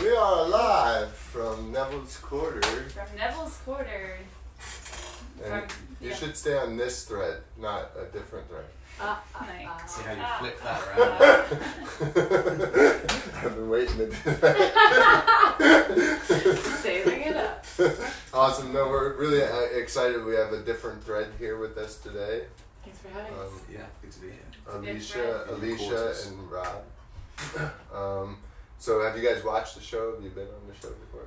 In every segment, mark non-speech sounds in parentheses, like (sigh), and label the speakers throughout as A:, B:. A: We are live from Neville's Quarter,
B: From Neville's Quarter. (laughs) From,
A: and you
B: yeah.
A: should stay on this thread, not a different
C: Uh, uh,
B: Nice.
C: uh.
D: See how you
B: Ah.
D: flip that around. (laughs)
A: thread. (laughs) I've been waiting to do that.
C: Saving it up.
A: awesome. No, we're really uh, excited. We have a different thread here with us today.
C: Thanks for having us.
A: Um,
D: yeah, good to be here.
B: a good
A: Alicia,
B: thread.
A: Alicia,
D: Quarters.
A: and Rob. Um, so, have you guys watched the show? Have you been on the show before?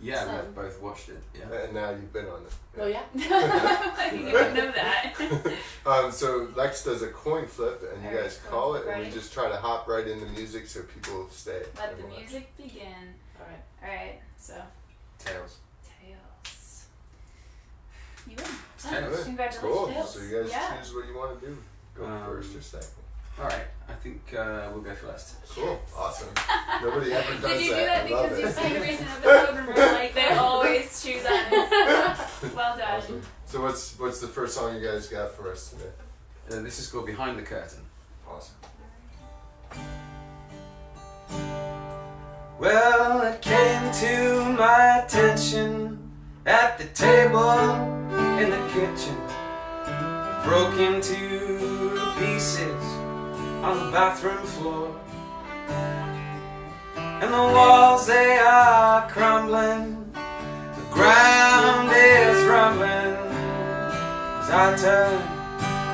D: Yeah,
C: Awesome.
D: we've both watched it. Yeah.
A: And now you've been on it.
C: Oh yeah.
E: (laughs)
A: (laughs)
B: I didn't even know that.
A: um, so Lex does a coin flip, and you
B: Alright,
A: guys
B: cool.
A: call it, and we
B: Ready?
A: just try to hop right into music so people stay.
B: Let
A: and
B: the
A: watch.
B: music begin.
C: All right.
B: Alright, so
D: Tails.
B: Tails. You win.
D: Tails.
B: Done. Congratulations.
A: Cool.
B: Tails.
A: So you guys
B: yeah.
A: choose what you want to do. Go
D: Um,
A: first or second.
D: All right, I think uh, we'll go first.
A: Cool.
B: (laughs)
A: Awesome. Nobody ever does
B: Did you do
A: that.
B: that
A: I love
B: because you
A: it.
B: saw your recent episode and were like,
A: (laughs)
B: they always choose us? well done.
A: Awesome. So what's what's the first song you guys got for us today?
D: Uh, this is called Behind the Curtain.
A: Awesome.
D: Well, it came to my attention at the table in the kitchen. Broke into pieces on the bathroom floor. And the walls, they are crumbling. The ground is rumbling. As I turned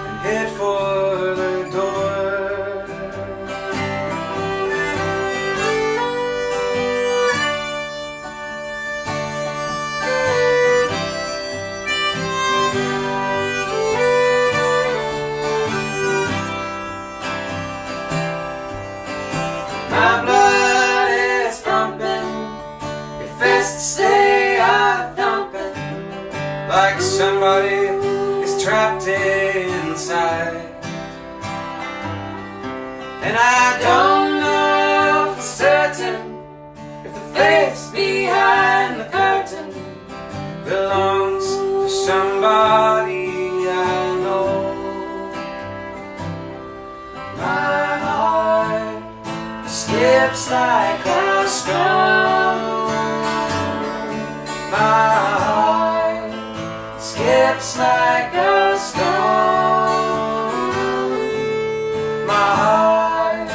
D: and head for the door. My blood is pumping. Your fists they are thumping. Like somebody is trapped inside. And I don't know for certain if the face behind the curtain belongs to somebody I know. My heart skips like a stone. My heart skips like a stone. My heart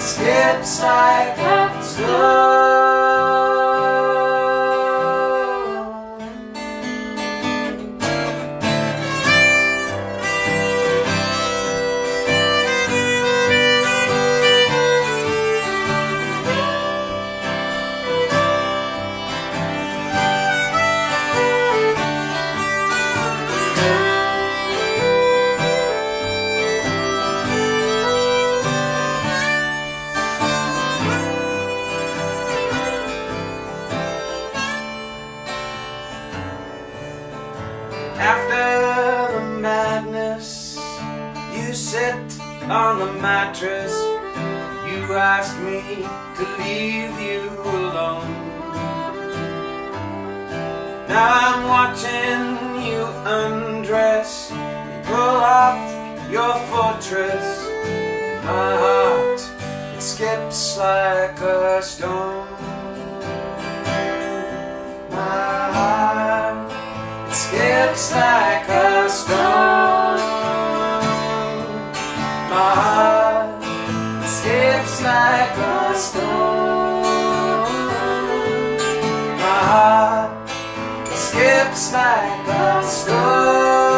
D: skips like a stone. After the madness, you sit on the mattress. You ask me to leave you alone. Now I'm watching you undress. You pull off your fortress. My heart it skips like a stone. My heart it skips like a stone. My heart it skips like a stone. My heart it skips like a stone.
A: (laughs)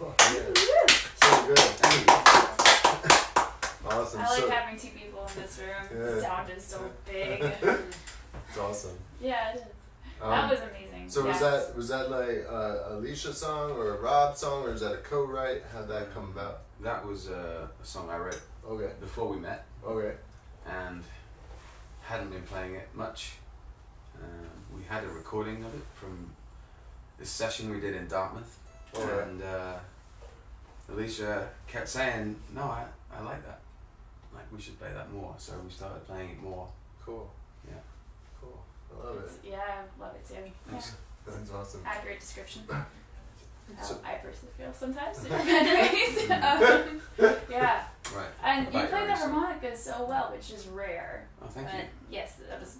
A: Oh, yeah. So
B: (laughs)
A: good. Awesome.
B: I like
A: so
B: having two people in this room.
A: Yeah. (laughs)
B: The sound is so big.
A: it's
B: Yeah, it is.
C: Um,
B: that was amazing.
C: so
B: yes.
C: was that was that like a Alicia song or a Rob song or is that a co-write? How'd that come about?
F: That was uh, a song I wrote
C: Okay,
F: before we met
C: okay,
F: and hadn't been playing it much. Um, we had a recording of it from this session we did in Dartmouth.
C: alright.
F: And uh, Alicia kept saying, No, I, I like that. Like, we should play that more. So we started playing it more.
C: Cool.
F: Yeah.
C: Cool. I love it.
B: It's- yeah, I love it too. Yeah.
F: Thanks.
C: That's awesome.
B: Add great description.
F: (coughs)
B: How
C: So-
B: I personally
F: (laughs)
B: feel sometimes. (laughs) in ways. um, yeah,
F: Right.
B: and you
F: About
B: play the
F: yours.
B: harmonica so well, which is rare.
F: Oh, thank
B: but
F: you.
B: yes, that was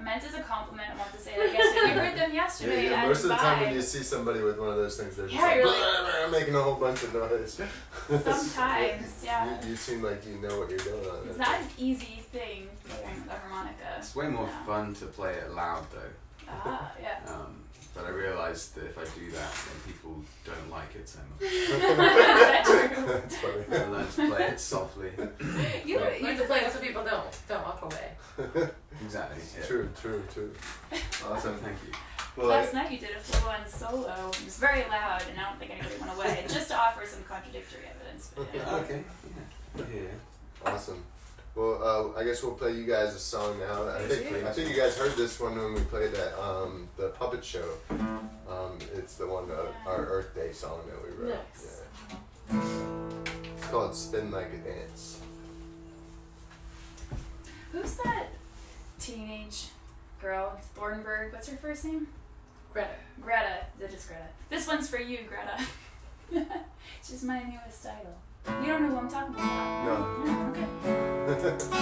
B: meant as a compliment. I want to say that yesterday.
F: (laughs)
B: We heard them
C: Yeah,
B: yesterday.
C: yeah.
B: and
C: Most of the time when
B: bye.
C: you see somebody with one of those things, they're just
B: Yeah,
C: like,
B: you're
C: blah,
B: like-
C: blah, blah, making a whole bunch of noise.
B: (laughs)
C: (laughs)
B: Sometimes, yeah.
C: You, you seem like you know what you're doing on
B: It's
C: it.
B: not an easy thing playing the harmonica.
F: It's way more
B: Yeah.
F: fun to play it loud, though.
B: Ah,
F: (laughs)
B: yeah. (laughs)
F: Um, but I realised that if I do that, then people don't like it so much.
C: (laughs) That's funny.
B: (laughs)
F: I learned to play it softly.
B: You,
F: Yeah.
E: Learn
B: you
E: to play it so people don't don't walk away.
F: Exactly. yeah.
C: True, true,
B: (laughs)
C: true.
F: So
C: Awesome.
F: thank you.
C: Well,
B: Last night you did a full on solo. It was very loud, and I don't think anybody went away. Just to offer some contradictory evidence.
F: (laughs)
B: But yeah.
F: Okay. Yeah. yeah.
C: Awesome. Well, uh, I guess we'll play you guys a song now. I
F: Yes,
C: think
F: please.
C: I think you guys heard this one when we played that um, the puppet show. Um, it's the one uh, our Earth Day song that we wrote.
E: Nice.
C: Yeah. It's called "Spin Like a Dance."
B: Who's that teenage girl? Thornburg. What's her first name?
E: Greta.
B: Greta. That is Greta. This one's for you, Greta. (laughs) She's my newest idol. You don't know who I'm talking about.
C: No.
B: No, okay.
F: That's cool.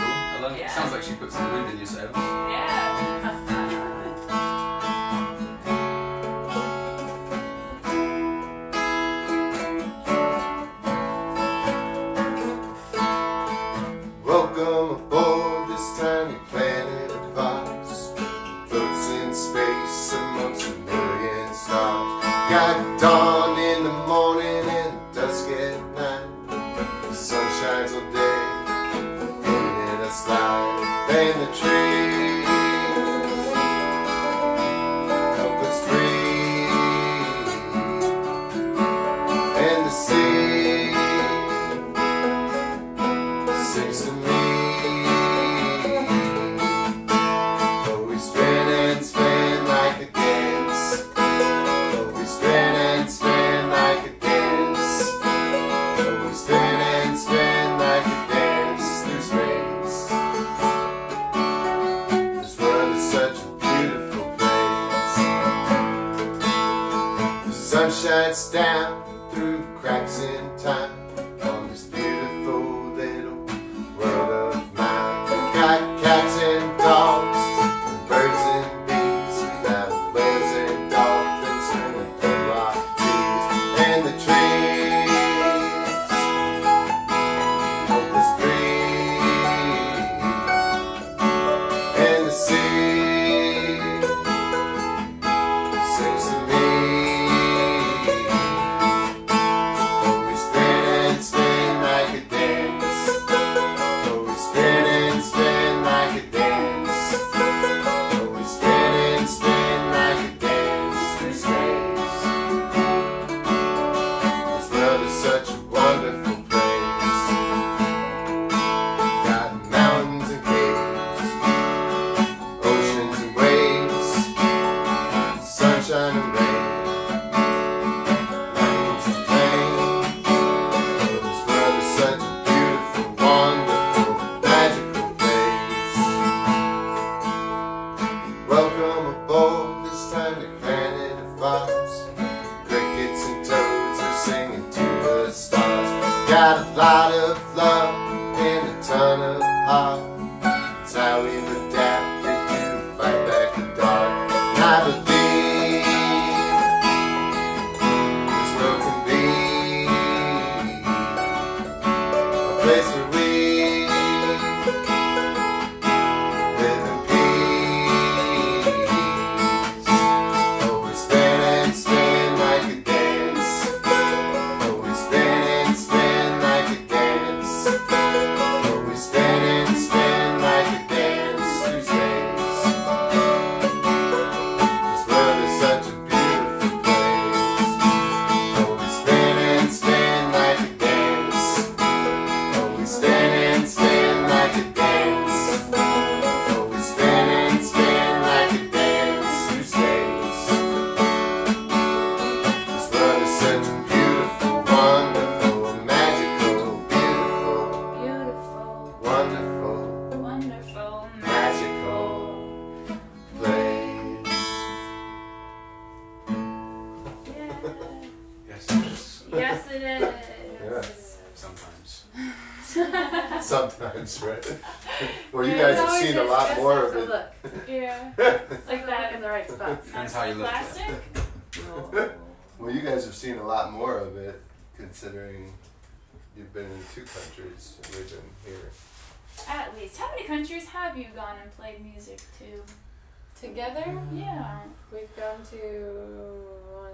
F: I love it.
B: Yeah.
F: Sounds like she put some wind in your sails.
B: yeah.
C: Welcome aboard this tiny planet of ours. Floats in space amongst a million stars. Got dawn in the morning and dusk at night. The sun shines all day, and us light. And the trees help us breathe. And the sea sings to me. Oh, we spin and spin like a dance. Oh, we spin and spin like a dance. Oh, we spin and spin like a dance through space. This world is such a beautiful place. The sun shines down through cracks in time on this beautiful little world of mine. Got cats and dogs, and birds and bees, we have whales and dolphins, and the piranhas, and the trees. Help us breathe, and the sea sings to me. Oh, we spin and spin like a dance. Oh, we spin and spin like a dance. Oh, we spin and spin like a dance through space. This world is such a wonderful place. Got mountains and caves, oceans and waves, sunshine and rain. Mountains and plains. This world is such a beautiful, wonderful, magical place. Welcome aboard this tiny planet of ours. Crickets and toads are singing to the stars. Got a lot of love and a ton of heart. It's how we've adapted to fight back the dark. And I believe this world can be a place where we live in peace. Oh, we spin and spin like a dance. Oh, we spin and spin like a dance. Oh, we spin and spin like a dance.
A: sometimes, right? (laughs) Well, you
B: Yeah,
A: guys
B: it's
A: have
B: always
A: seen a
B: just
E: Just
A: lot more
E: have
A: of
E: to
A: it. (laughs)
E: look.
B: (laughs) Yeah.
E: Like
B: It's like
E: that in
B: that.
E: the right spots.
F: Depends how you look at it.
B: Plastic?
A: Well, you guys have seen a lot more of it, considering you've been in two countries and we've been here.
B: At least. How many countries have you gone and played music to?
E: Together,
B: Yeah.
E: we've gone to one,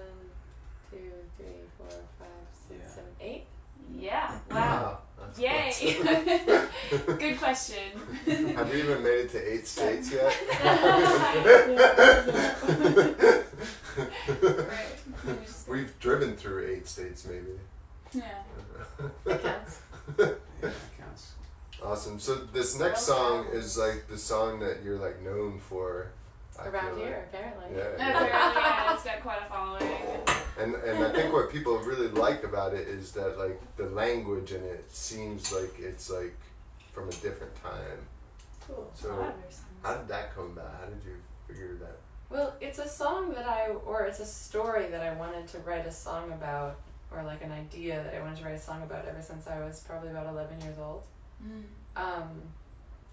E: two, three, four, five, six,
F: Yeah.
E: seven,
A: (laughs)
E: eight.
B: Yeah. Wow.
A: that's
B: Yay. (laughs)
A: cool.
B: Good question. (laughs)
A: have you even made it to eight states yet?
B: (laughs) right. We just-
A: We've driven through eight states, maybe.
B: Yeah.
E: That counts.
F: (laughs) Yeah, that counts.
A: (laughs) Awesome. So this next song is like the song that you're like known for. I feel (laughs)
E: Around here,
A: like.
E: apparently. (laughs)
A: Yeah,
B: Apparently,
A: yeah.
B: yeah, it's got quite a following.
A: And and I think what people really like about it is that like the language in it seems like it's like from a different time.
E: Cool.
B: A lot
A: So
B: of their songs.
A: how did that come about? How did you figure that?
E: Well, it's a song that I, or it's a story that I wanted to write a song about, or like an idea that I wanted to write a song about ever since I was probably about 11 years old.
B: Mm.
E: um,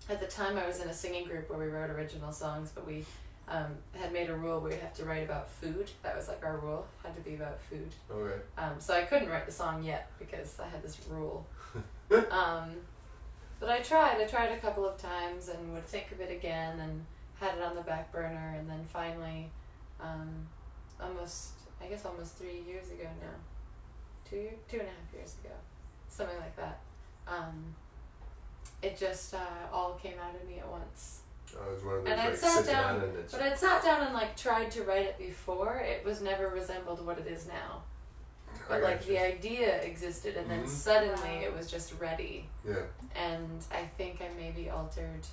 E: at the time I was in a singing group where we wrote original songs, but we um, had made a rule where we had to write about food. That was like our rule, had to be about food.
A: Okay.
E: Um, so I couldn't write the song yet because I had this rule. um, but I tried. I tried a couple of times and would think of it again and had it on the back burner. And then finally, um, almost, I guess almost three years ago now, two, year, two and a half years ago, something like that. Um, it just uh, all came out of me at once.
A: I was one of those
E: And I
A: like
E: sat
A: sit down,
E: down,
A: and it's
E: But I'd sat down and like tried to write it before. It was never resembled what it is now.
A: I
E: But
A: (laughs)
E: like
A: got you.
E: the idea existed, and then
A: Mhm.
E: suddenly it was just ready.
A: yeah.
E: And I think I maybe altered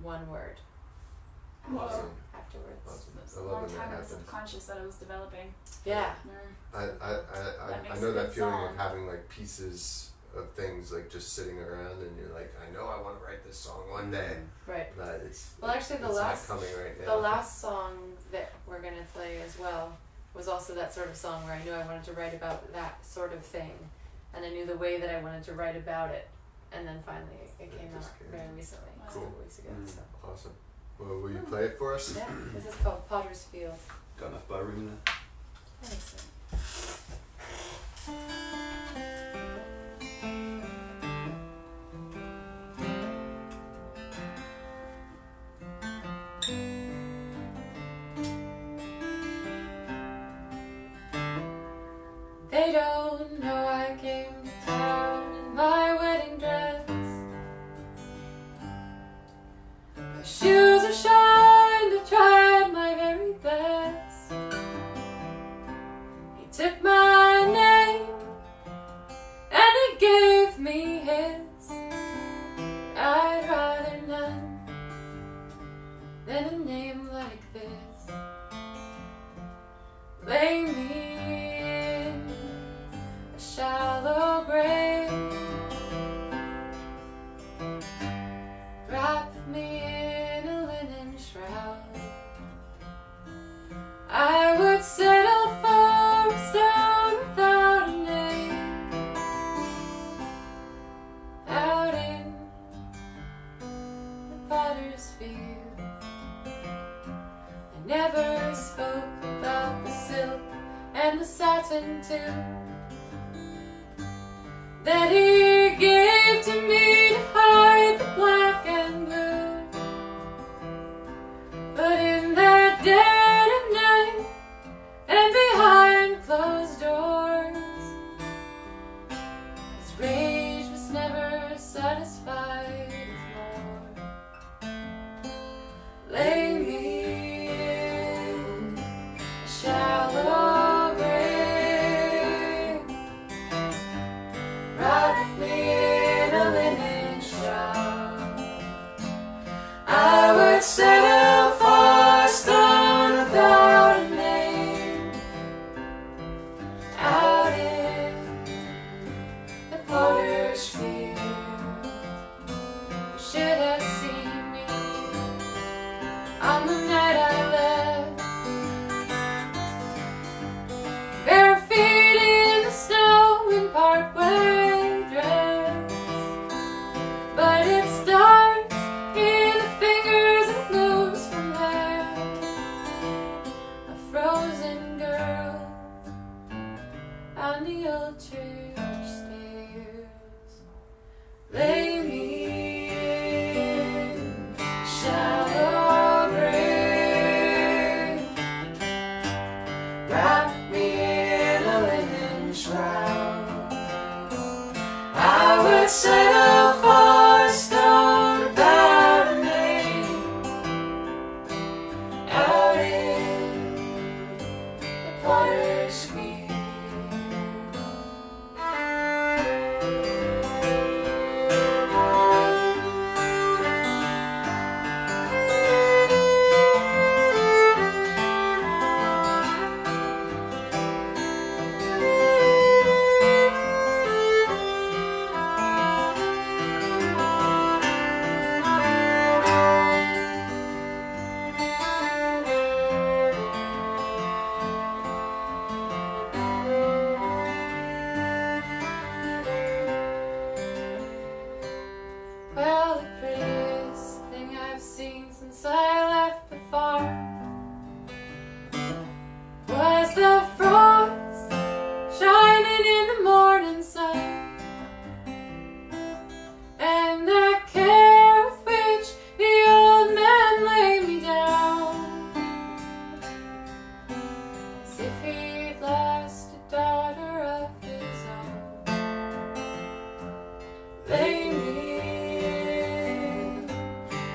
E: one word
B: Whoa.
A: Awesome.
E: afterwards.
A: Awesome.
B: It was
A: I
B: a
A: love
B: long
A: when that
F: Mm.
B: time in the
A: happens.
B: subconscious that I was developing.
E: Yeah,
B: Mm.
A: I, I, I,
B: That
A: I, I
B: makes
A: know
B: a
A: that
B: good
A: feeling of
B: song.
A: having like pieces of things like just sitting around and you're like, I know I want to write this song one day,
E: right.
A: but it's
E: Mm. Well, actually,
A: it's
E: the
A: not
E: last
A: coming right now.
E: the last song that we're gonna play as well was also that sort of song where I knew I wanted to write about that sort of thing, and I knew the way that I wanted to write about it, and then finally it
A: It
E: came out
A: just came.
E: very recently, just a
A: Cool.
E: couple weeks ago.
F: Mm.
E: So
A: Awesome. Well, will you play it for us?
E: yeah, this is called Potter's Field.
F: Got enough by room there.
E: Thanks. They don't know I came to town in my wedding dress. My shoes are shined, I tried my very best. He took my name and he gave me his. I'd rather none than a name like this. Lay me in a shallow grave. Wrap me in a linen shroud. I would settle for a stone without a name. Out in the potter's field, I never spoke about the silk and the satin too that he gave to me to hide the black and blue. But in that dead of night and behind closed doors, his rage was never satisfied with more. Lay me in a shallow grave, wrap me in a linen shroud. I would settle for a stone without a name. Out in the potter's field, you should have seen me on the night I left. Bare feet in the snow in partway dressed. far was the frost shining in the morning sun, and the care with which the old man laid me down, as if he'd lost a daughter of his own. Lay me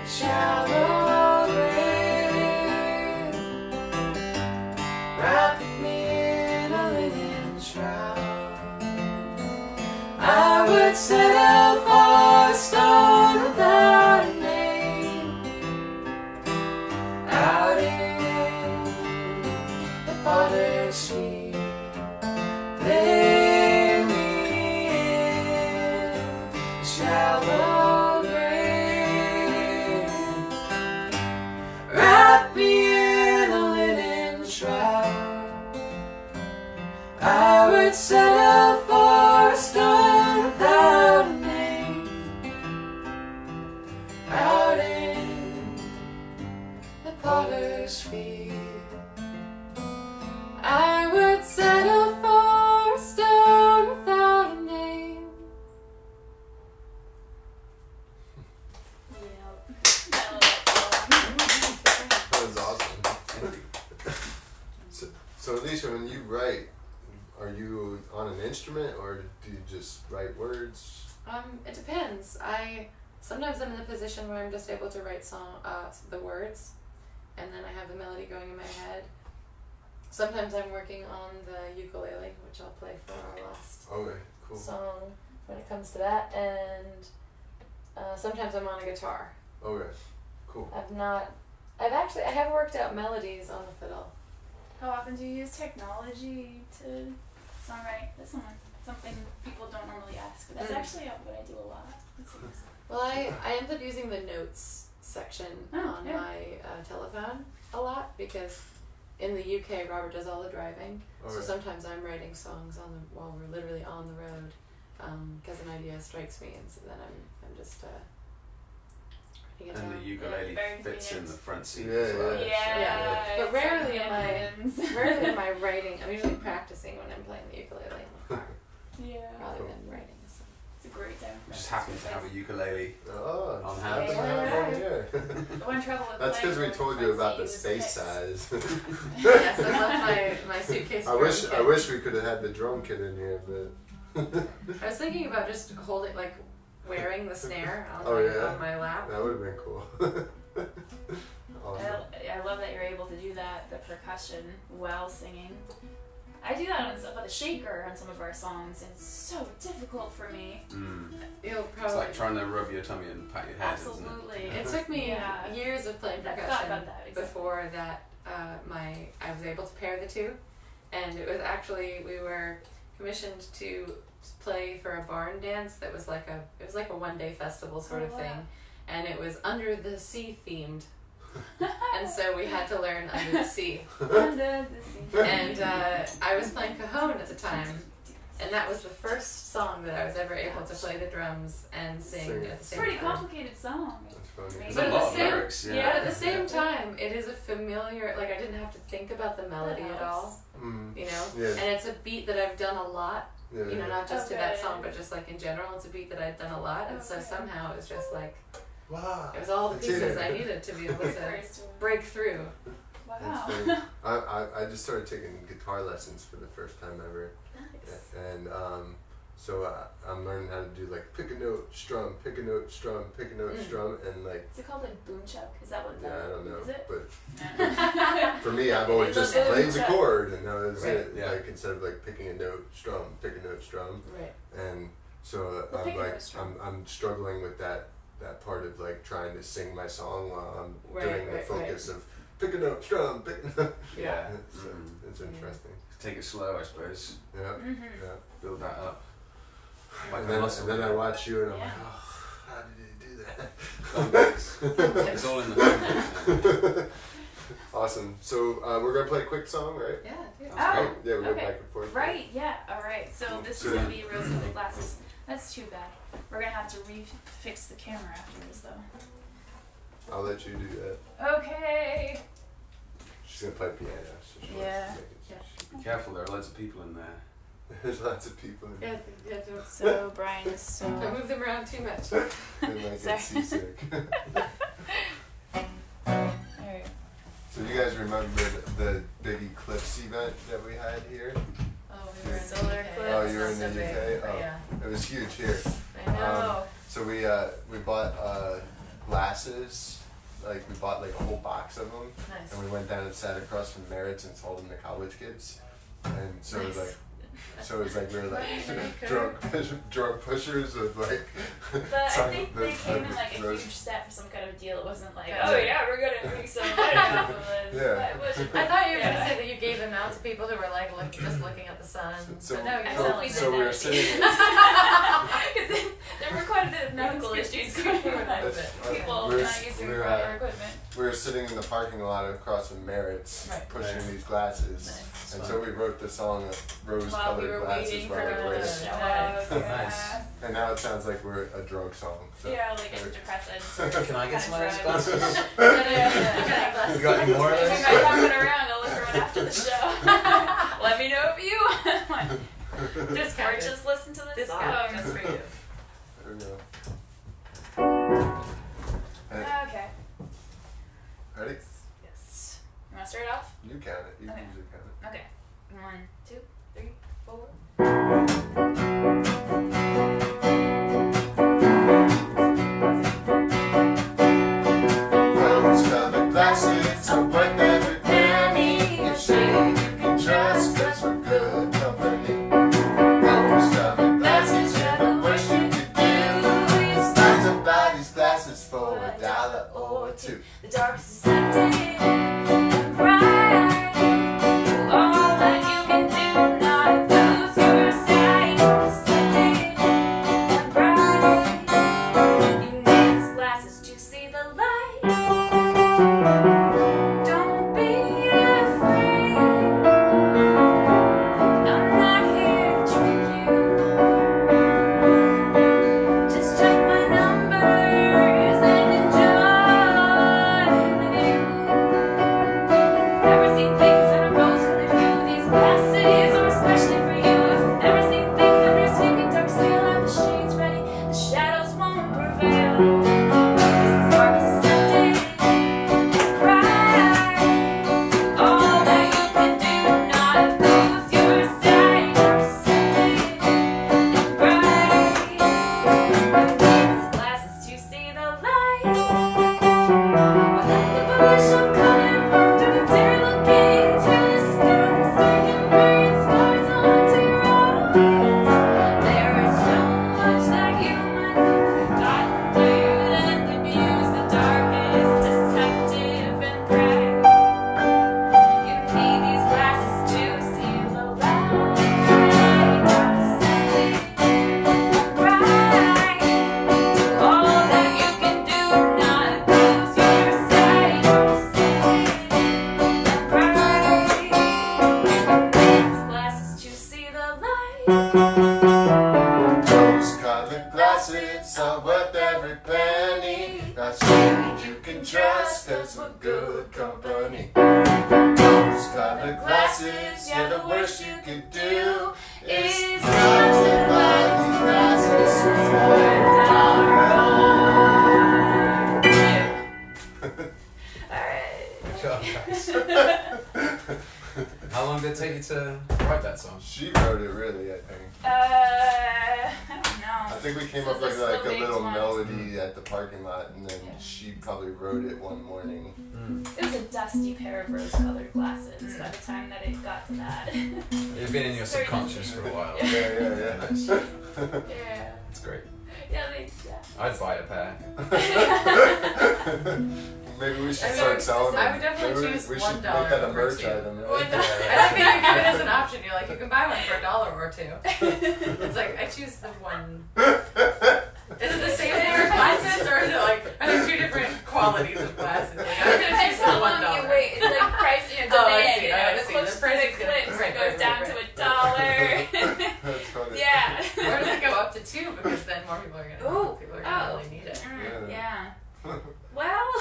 E: shallow grave. Wrap me in a linen shroud. I would sail for a stone without a name. Out in the potter's sea. Lay me in shallow grave. Wrap me in a linen shroud. I would settle for a stone without a name. Out in the potter's field. I would settle for a stone without a name.
B: Yep. I love that song.
A: That was awesome.
F: Thank you.
A: So, so Alicia, when you write, are you on an instrument or do you just write words?
E: Um, it depends. I sometimes I'm in the position where I'm just able to write song uh, the words, and then I have the melody going in my head. Sometimes I'm working on the ukulele, which I'll play for our last
A: Okay, cool.
E: song when it comes to that, and uh, sometimes I'm on a guitar.
A: Okay, cool.
E: I've not. I've actually I have worked out melodies on the fiddle.
B: How often do you use technology to songwrite? That's not something people don't normally ask, but that's
E: Mm.
B: actually what I do a lot. It seems.
F: (laughs)
E: Well, I, I ended up using the notes section
B: Oh,
E: on
B: yeah.
E: my uh, telephone a lot because in the UK, Robert does all the driving.
F: Oh,
E: So
A: Alright.
E: sometimes I'm writing songs on the while we're literally on the road because an idea strikes me, and so then I'm I'm just uh, writing it
F: And
E: down. (laughs)
F: the ukulele
B: Very
F: fits in
B: convenient.
F: the front seat
A: Yeah,
F: as well.
A: yeah.
B: Yeah,
E: But
B: it's
E: rarely
B: like
E: am I-
B: hands.
E: Rarely am I writing. I'm usually practicing when I'm playing the ukulele in
F: (laughs)
E: the car
B: yeah,
E: rather
A: Cool.
E: than writing a song.
B: it's a great time.
F: It Just happens to have a ukulele. Hmm.
A: Oh,
F: On
A: just
F: hand.
A: happened to have one
E: Yeah. (laughs)
A: here. (laughs)
B: I want to travel with.
A: That's because
B: mine
A: we
B: on
A: told
B: the
A: you
B: front
A: about the
B: seat with
A: space
B: the
A: size.
E: (laughs) yes, I left my, my suitcase.
A: I
E: for
A: wish
E: the
A: I
E: kid.
A: wish we could have had the drum kit in here, but (laughs)
E: I was thinking about just holding, like, wearing
F: (laughs)
E: the snare on,
A: Oh,
E: my,
A: yeah?
E: on my lap.
A: that would have been cool. (laughs)
B: pics.
A: awesome.
B: I, I love that you're able to do that, the percussion while singing. I do that on some with a shaker on some of our songs, and it's so difficult for me.
F: Mm.
E: You'll
F: It's
E: probably.
F: like trying to rub your tummy and pat your head, isn't it?
B: Absolutely,
E: it took me
B: Yeah.
E: years of playing
B: I
E: percussion
B: forgot about that. Exactly.
E: before that uh, my I was able to pair the two, and it was actually we were commissioned to play for a barn dance that was like a it was like a one day festival sort
B: Oh,
E: of
B: wow.
E: thing, and it was under the sea themed, and so we had to learn under the sea.
B: (laughs) Under the sea.
E: and uh, I was playing Cajon at the time, and that was the first song that I was ever able to play the drums and sing at the
B: It's
E: same
B: a pretty
E: time.
B: complicated song.
A: That's funny.
F: There's
E: But
F: a
E: at
F: lot
E: the
F: of
E: same-
F: lyrics. Yeah.
B: yeah,
E: But at the same time, it is a familiar, like I didn't have to think about the melody
B: That
E: at all,
A: Mm,
E: you know?
A: yeah,
E: And it's a beat that I've done a lot,
A: yeah,
E: you
A: yeah.
E: know, not just to that
B: Okay.
E: song, but just like in general, it's a beat that I've done a lot, and so
B: Okay.
E: somehow it was just like,
A: Wow.
E: it was all the
A: It's in
E: pieces
A: there.
E: I needed to be
A: (laughs)
E: able
B: helps.
E: to (laughs)
B: First one.
E: break through.
B: Wow.
A: That's
B: (laughs)
A: great. I, I I just started taking guitar lessons for the first time ever.
E: Nice.
A: and um, so I, I'm learning how to do like pick a note, strum, pick a note, strum, pick a note,
E: Mm.
A: strum, and like
B: Is it called like boomchuck? Is that what it's
A: yeah, I don't know,
B: Is
A: (laughs)
B: it? (laughs)
A: but
B: Yeah.
A: for me,
E: (laughs)
A: I've always just
B: Yeah.
A: played the chord, and that was
E: Right.
A: it.
F: Yeah.
A: Like instead of like picking a note, strum, pick a note, strum,
E: Right.
A: and so
B: Well, pick
A: I'm
B: a
A: like
B: note, strum.
A: I'm I'm struggling with that that part of like trying to sing my song while I'm
E: Right,
A: doing the
E: right, right.
A: focus of pick a note, strum, pick a note.
F: Yeah.
A: (laughs) so
F: Mm.
A: it's interesting.
F: Take it slow, I suppose.
A: Yeah.
B: mm-hmm.
A: Yeah.
F: Build that up. Like
A: and
F: a
A: then,
F: muscle.
A: and then I watch you, and I'm like,
B: Yeah.
A: oh, how did he do that?
F: Thumbs. it's all in the thumbs.
A: (laughs) Awesome. So uh, we're gonna play a quick song, right?
E: Yeah, dude.
F: That's
B: Oh,
A: right? Yeah, we go
B: okay.
A: back and forth.
B: Right, yeah, alright. So this is
F: Yeah.
B: gonna be rose colored glasses. That's too bad. We're gonna have to refix the camera afterwards though.
A: I'll let you do that.
B: Okay.
A: She's gonna play piano, so she
G: Yeah.
A: wants to make it.
F: Be careful, there are lots of people in there.
A: There's lots of people in
E: Yeah,
A: there.
E: yeah, don't-
G: So Brian is so.
E: I moved them around too
A: (laughs)
E: much. Oh,
A: They might
G: Sorry.
A: get seasick. (laughs)
G: Alright.
A: so you guys remember the, the big eclipse event that we had here?
E: Oh, we were in the UK.
G: Solar eclipse.
A: Oh, you were in
E: It's
A: the
E: so big,
A: UK?
E: but
A: Oh.
E: Yeah,
A: It was huge here. Um,
E: I know.
A: So we uh, we bought uh, glasses, like we bought like a whole box of them,
E: nice.
A: and we went down and sat across from Merritt and sold them to college kids. And so it was
G: Nice.
A: like, so it was like we were
G: (laughs)
A: like
E: Okay.
A: drunk push, drunk pushers with like.
G: But
A: (laughs)
G: I
A: some-
G: think
A: the-
G: they came in like a
A: those-
G: huge set for some kind of deal. It wasn't like,
E: Yeah.
G: oh yeah, we're gonna make some money off of this.
A: Yeah.
G: It was,
E: (laughs) I thought you were
G: Yeah.
E: gonna say that you gave them out to people who were like look, just looking at the sun.
A: So-
E: but no, you
G: I
A: so-
E: said
G: totally
E: we
A: so
G: did
E: did
A: we were
G: that. (laughs)
A: sitting-
G: Because there were quite a bit of medical issues going on.
A: That's-
G: People
A: we were,
G: not
A: we
G: using
A: were,
G: proper
A: uh,
G: equipment.
A: we were sitting in the parking lot across from Merritt's,
G: Right.
A: pushing
F: Nice.
A: these glasses,
G: Nice.
A: and so we wrote the song
G: While we
A: "Rose-Colored
G: were
A: Glasses"
G: waiting for
A: while we
G: her
A: were
G: to
A: waiting.
G: show
E: Nice.
G: up.
F: Nice.
G: Yeah.
A: And now it sounds like we're a drug song. So. (laughs)
G: Yeah, like a (laughs) depressant.
F: Can I get some of those
G: Right.
F: glasses?
E: No, no, no, no, no.
A: You got any more of
G: If
A: those?
G: I pop it around, I'll look for one after the (laughs) show. Let me know if you just or just listen to this
E: This guy,
G: song.
E: just for you.
A: There we go. Hey,
G: Okay.
A: ready?
G: Yes. You want to start off?
A: You count it. You
G: Okay.
A: usually count it.
G: Okay. One, two, three, four.
A: Rose colored glasses are worth every penny. You say you can trust us we're good company. Rose colored glasses are the worst you could do. It's not to buy these glasses for a dollar or two.
G: The dark is deceptive and bright. Do all that you can do, not lose your sight. Deceptive and bright. You need these glasses to see the light. Don't be afraid. I'm not here to trick you. Just check my numbers and enjoy the view. Never seen things that are rose colored view. These glasses are especially for you. If you've never seen things that are skin and dark seal and the shades ready, the shadows won't prevail. This is dark deceptive. All that you can do, not lose your sight. and bright. These glasses to see the light. Let the blush of color run through the tear, looking to the skin, skin and brain scars onto roads. There is so much that you and got through that the muse, the darkest, deceptive and bright. You need these glasses to see the light. All that you can do, not lose your sight. These glasses to see the light.
A: Rose colored glasses are worth every penny. I say you can trust us with good company. Rose colored glasses, yeah, the worst you could do is not to buy these glasses for a dollar. Good job, guys.
F: How long did it take you to write that song?
A: she wrote it really, I think.
G: Uh, I don't
A: I
G: know.
A: think we came
G: So
A: up with
G: this
A: like a
G: still makes
A: little
G: one.
A: melody at the parking lot, and then she probably wrote it one morning.
G: It was a dusty pair of rose-colored glasses by the time that it got to that. (laughs)
F: You've been in your
G: Sorry.
F: subconscious for a while.
A: Yeah, yeah, (laughs)
G: yeah.
F: It's great.
G: Yeah, thanks.
E: (laughs)
G: Yeah.
F: I'd buy a pair.
A: (laughs) yeah. Maybe we should
E: I
A: start
E: mean,
A: selling
E: I
A: them.
E: would definitely
A: Maybe we-
E: choose
A: we
E: one
A: should make
E: dollar
A: that a
E: for
A: merch
E: two.
A: item.
E: One
A: right? (laughs)
E: dollar. I like that you give it as an option. You're like, you can buy one for a dollar or two. It's like I choose the one.
A: (laughs)
E: Is it the same pair of glasses, or is it like are there two different qualities of glasses? Like, I'm gonna choose
G: Depends
E: the
G: how
E: one
G: long
E: dollar.
G: you wait. It's like price and
E: Oh, I
G: demand.
E: see,
G: you
E: I
G: know, the
E: see.
G: closer
E: The price is
G: to the
E: gonna-
G: eclipse,
E: right,
G: it goes
E: right,
G: down
E: right,
G: to a
E: right.
G: dollar.
A: That's funny.
G: yeah.
E: Or does it go up to two because then more people are gonna
G: Ooh.
E: people are gonna
G: Oh.
E: really need it.
G: Mm,
E: (laughs)
A: Yeah.
G: (laughs)
B: (laughs)
G: yeah. Well,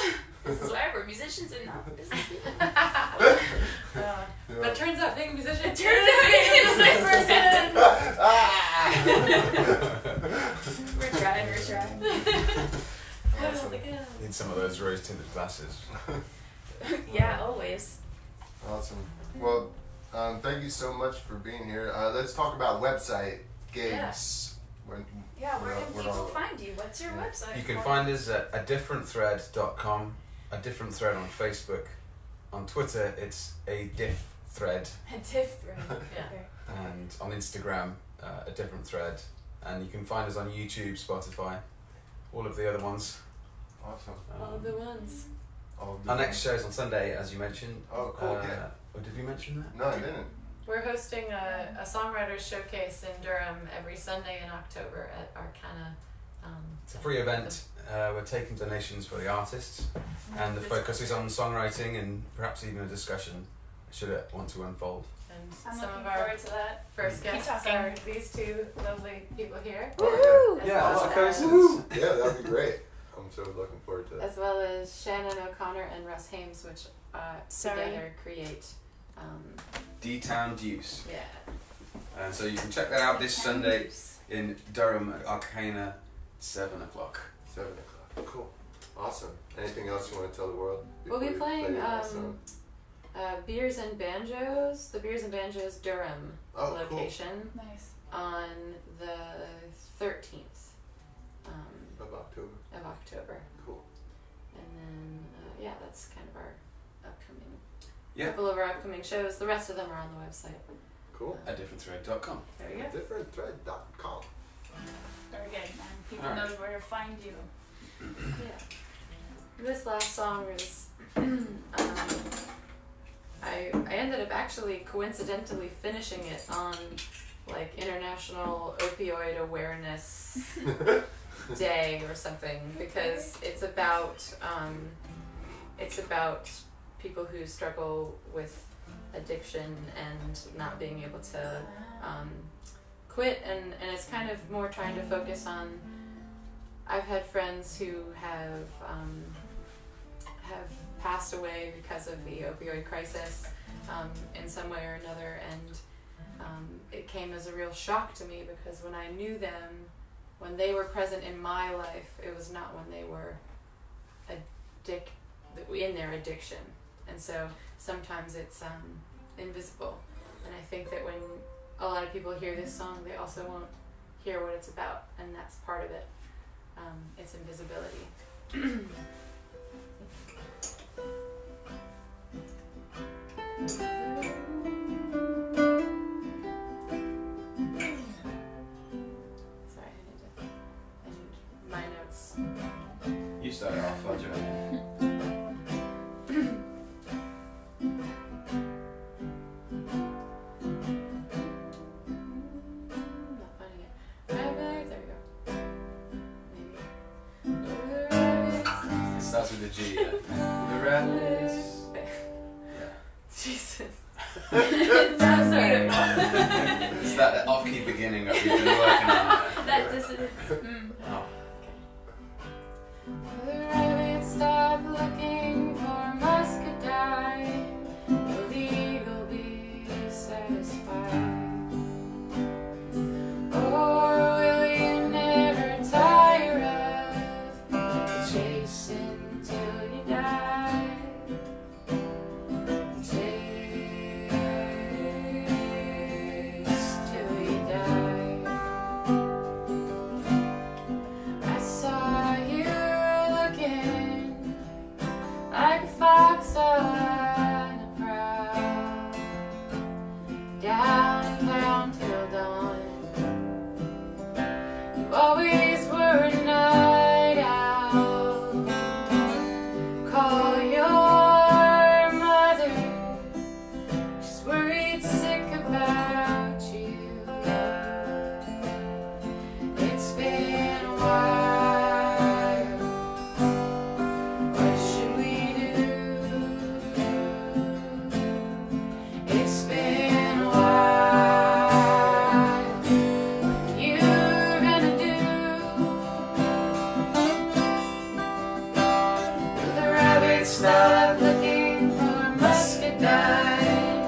G: this is why we're musicians and not business people.
A: (laughs) That's
E: Uh,
A: Yeah.
E: but turns out being a musician turns
B: Turns out being a business
A: (laughs)
B: person.
A: Ah.
E: (laughs)
B: We're trying, we're trying.
E: Foiled again.
H: Need some of those rose tinted glasses.
B: (laughs) yeah, always.
A: awesome. Well, um, thank you so much for being here. Uh, let's talk about website gigs. When,
B: Yeah, where
A: We're all-
B: can
A: we're
B: people
A: all-
B: find you? What's your
A: Yeah.
B: website?
F: You can
B: (laughs) What-
F: find us at a different thread.com, a different thread on Facebook. On Twitter, it's a diff thread,
B: A diff thread.
E: (laughs) Yeah.
B: Okay.
F: and on Instagram, uh, a different thread. And you can find us on YouTube, Spotify, all of the other ones.
A: awesome.
E: All of
F: Um,
E: the ones.
A: All
F: our next show is on Sunday, as you mentioned.
A: Oh, cool,
F: Uh,
A: yeah.
F: Or did we mention that?
A: No, I didn't.
E: We're hosting a, a songwriters showcase in Durham every Sunday in October at Arcana. Um,
F: It's a free event. Uh, we're taking donations for the artists, and the
E: This-
F: focus is on songwriting and perhaps even a discussion should it want to unfold.
E: And
B: I'm
E: some
B: looking
E: of our
B: forward to that.
E: first
B: Keep
E: guests
B: talking.
E: are these two lovely people here,
A: Oh,
E: Yeah, that's a
F: coincidence.
A: yeah. yeah, that'd be great. I'm so looking forward to that.
E: as well as Shannon O'Connor and Russ Hames, which uh,
B: Sorry.
E: together create. Um,
F: D Town Deuce.
E: yeah.
F: And so you can check that out this Sunday in Durham at Arcana, 7 o'clock.
A: Seven o'clock. Cool. Awesome. Anything else you want to tell the world?
E: We'll be
A: before you
E: playing
A: play your last
E: um,
A: song?
E: uh, Beers and Banjos, the Beers and Banjos Durham
A: Oh,
E: location
B: Nice.
E: on the 13th um,
A: cool. Of October.
E: of October.
A: Cool.
E: And then, uh, yeah, that's kind of our upcoming.
F: Yeah.
E: Couple of our upcoming shows. The rest of them are on the website.
A: Cool.
F: At differentthread.com.
B: There we go.
A: Differentthread.com.
B: Very good. And people
F: Alright.
B: know where to find you.
E: Yeah. This last song is. (clears throat) um, I, I ended up actually coincidentally finishing it on like International Opioid Awareness Day or something because it's about um, it's about people who struggle with addiction and not being able to
B: Ah.
E: um, quit and, and it's kind of more trying to focus on i've had friends who have um, have passed away because of the opioid crisis um, in some way or another and um, it came as a real shock to me because when i knew them when they were present in my life it was not when they were addic- in their addiction and so sometimes it's um, invisible and i think that when a lot of people hear this song, they also won't hear what it's about, and that's part of it. Um, it's invisibility. (coughs) Sorry, I need to. I need my notes.
F: You start it off, I'll join you.
E: I'm not finding it. Right back, there we go. Maybe. Over the rabbit's
F: It starts with a G. Yeah. the rallies.
E: back.
F: Yeah.
E: (laughs) Jesus. it's so sorry.
F: It's that off key beginning that we've been working on.
B: That dissonance. Mm.
F: Oh,
E: The rabbit stopped looking for muscadine. The legal be satisfied. Or will you never tire of chasing till you die? Chase till you die. I saw you looking like a fox on a prowl, down, down till dawn. You always were a night owl. Call your mother, she's worried sick about you. It's been a while. What should we do? It's been a while. What you gonna do? The rabbits stop looking for muscadine.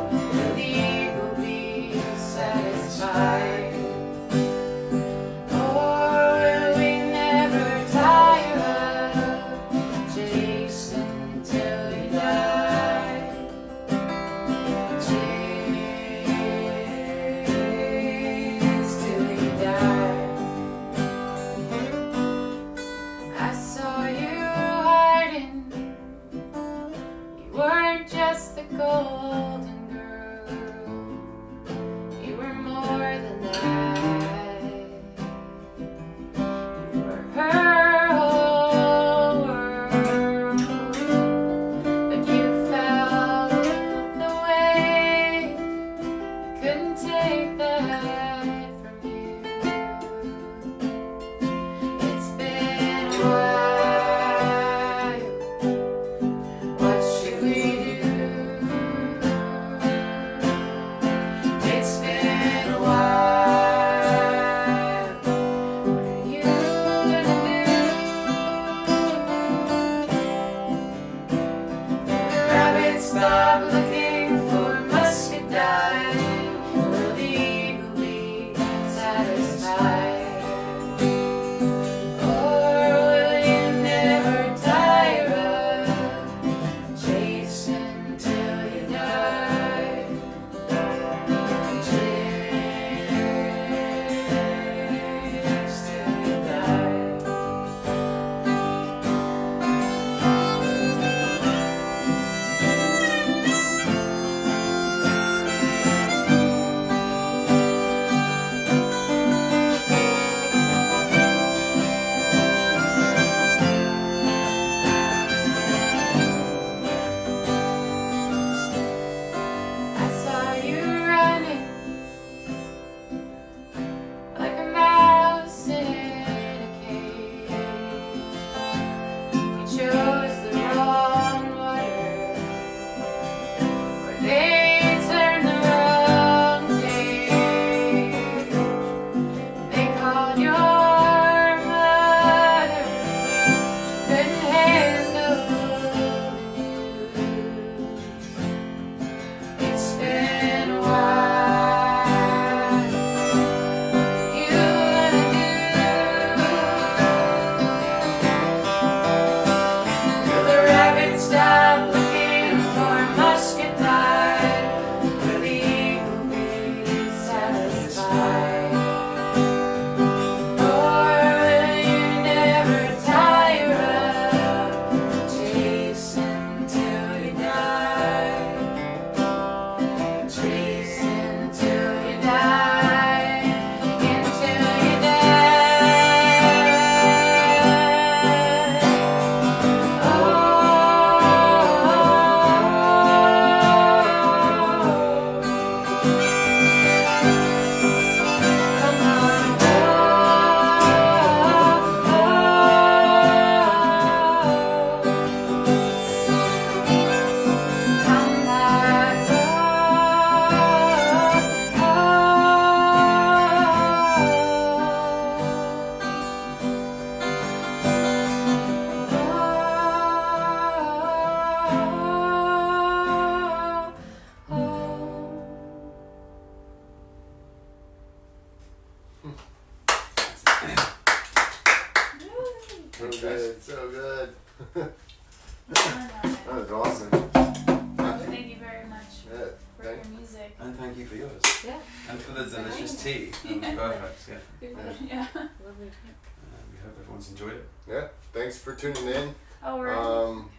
E: Oh, oh,
A: That was awesome. Yeah,
I: Thank you very much for your
A: thank-
I: music.
F: And thank you for yours.
E: Yeah.
F: And for the delicious tea. That was
I: Yeah.
F: perfect, yeah.
B: (laughs)
I: Yeah.
E: Lovely.
F: Uh, we hope everyone's enjoyed it.
A: yeah, Thanks for tuning in.
I: Oh, we're.
A: (laughs) Um,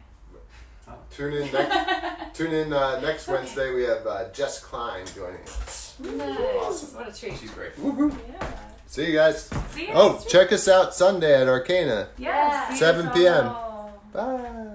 A: tune
B: (laughs)
A: in
E: (laughs)
A: next. tune in uh, next Wednesday. We have uh, Jess Klein joining us.
E: Nice.
A: Awesome.
E: What a treat.
F: She's great.
I: yeah.
A: See you guys.
B: See you
A: Oh,
B: next week.
A: check us out Sunday at Arcana.
I: Yeah. see us
A: 7 p.m..
I: all.
A: Bye.